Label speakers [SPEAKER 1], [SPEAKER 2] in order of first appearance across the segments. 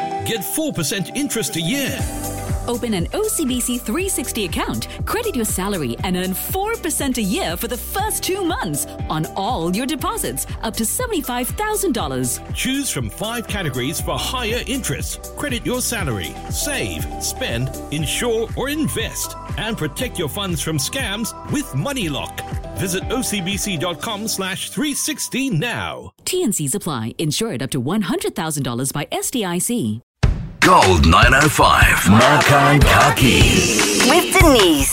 [SPEAKER 1] get 4% interest a year.
[SPEAKER 2] Open an OCBC 360 account, credit your salary, and earn 4% a year for the first two months on all your deposits up to $75,000.
[SPEAKER 1] Choose from five categories for higher interest. Credit your salary, save, spend, insure, or invest, and protect your funds from scams with MoneyLock. Visit ocbc.com slash 360 now.
[SPEAKER 2] TNCs apply, insured up to $100,000 by SDIC.
[SPEAKER 3] Gold 905, Makai Kaki.
[SPEAKER 4] With Denise.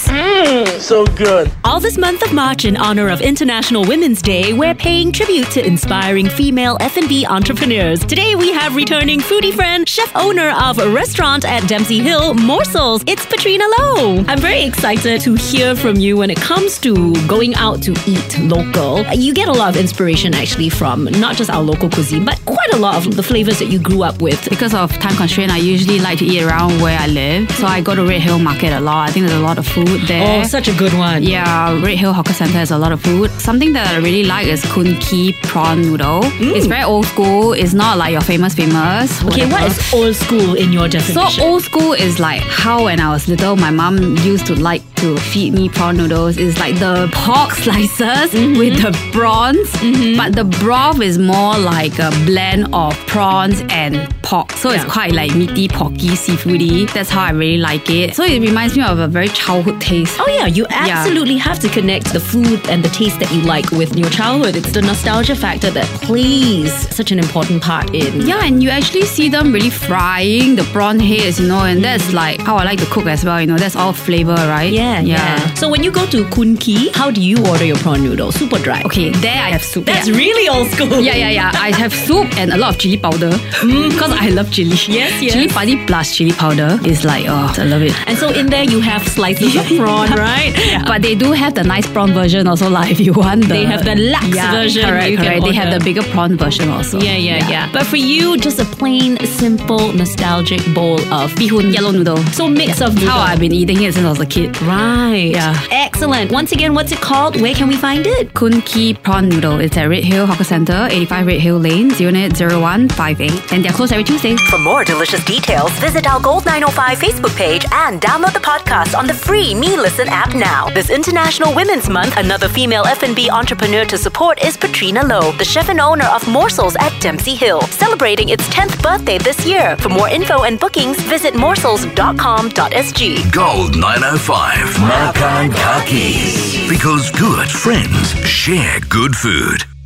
[SPEAKER 5] So good.
[SPEAKER 6] All this month of March in honor of International Women's Day, we're paying tribute to inspiring female F&B entrepreneurs. Today we have returning foodie friend, chef owner of a restaurant at Dempsey Hill, Morsels. It's Patrina Lowe. I'm very excited to hear from you when it comes to going out to eat local. You get a lot of inspiration actually from not just our local cuisine, but quite a lot of the flavors that you grew up with.
[SPEAKER 7] Because of time constraint, I usually like to eat around where I live. So I go to Red Hill Market a lot. I think there's a lot of food there.
[SPEAKER 6] Oh, such a good one.
[SPEAKER 7] yeah, Red Hill Hawker Center has a lot of food. Something that I really like is Kun Ki prawn noodle. It's very old school. It's not like your famous famous.
[SPEAKER 6] Mm. Okay, what
[SPEAKER 7] whatever.
[SPEAKER 6] is old school in your definition?
[SPEAKER 7] So old school is like how when I was little, my mom used to like to feed me prawn noodles. It's like the pork slices
[SPEAKER 6] Mm-hmm.
[SPEAKER 7] with the prawns, but the broth is more like a blend of prawns and pork. So it's
[SPEAKER 6] Yeah.
[SPEAKER 7] quite like meaty, porky, seafoody. That's how I really like it. So it reminds me of a very childhood taste.
[SPEAKER 6] Oh yeah, you absolutely have to connect the food and the taste that you like with your childhood. It's the nostalgia factor that plays such an important part in.
[SPEAKER 7] Yeah, and you actually see them really frying the prawn heads, you know, and that's like how I like to cook as well, you know, that's all flavor, right?
[SPEAKER 6] Yeah, So when you go to Kun Ki, how do you order your prawn noodle? Super dry.
[SPEAKER 7] Okay, there I have soup.
[SPEAKER 6] That's
[SPEAKER 7] Yeah.
[SPEAKER 6] really old school.
[SPEAKER 7] Yeah, yeah, yeah. I have soup and a lot of chili powder because I love chili.
[SPEAKER 6] Yes, yes.
[SPEAKER 7] Chili padi plus chili powder is like, oh, I love it.
[SPEAKER 6] And so in there you have slices of prawn, right?
[SPEAKER 7] But they do have the nice prawn version also, like if you want. The,
[SPEAKER 6] They have the lax
[SPEAKER 7] yeah,
[SPEAKER 6] version
[SPEAKER 7] Correct,
[SPEAKER 6] you can
[SPEAKER 7] correct. They have
[SPEAKER 6] order.
[SPEAKER 7] the bigger prawn version also.
[SPEAKER 6] yeah, yeah, yeah, But for you, just a plain, simple, nostalgic bowl of bihun.
[SPEAKER 7] Yellow noodle.
[SPEAKER 6] So mix of noodle.
[SPEAKER 7] How I've been eating it since I was a kid.
[SPEAKER 6] Right.
[SPEAKER 7] Yeah.
[SPEAKER 6] Excellent. Once again, what's it called? Where can we find it?
[SPEAKER 7] Kun Ki Prawn Noodle. It's at Red Hill Hawker Center, 85 Red Hill Lane, unit 0158. And they're closed every Tuesday.
[SPEAKER 4] For more delicious details, visit our Gold 905 Facebook page and download the podcast on the free Me Listen app now. This International Women's Month, another female F&B entrepreneur to support is Patrina Lowe, the chef and owner of Morsels at Dempsey Hill, celebrating its 10th birthday this year. For more info and bookings, visit morsels.com.sg.
[SPEAKER 3] Gold 905, Makai Kaki. Because good friends share good food.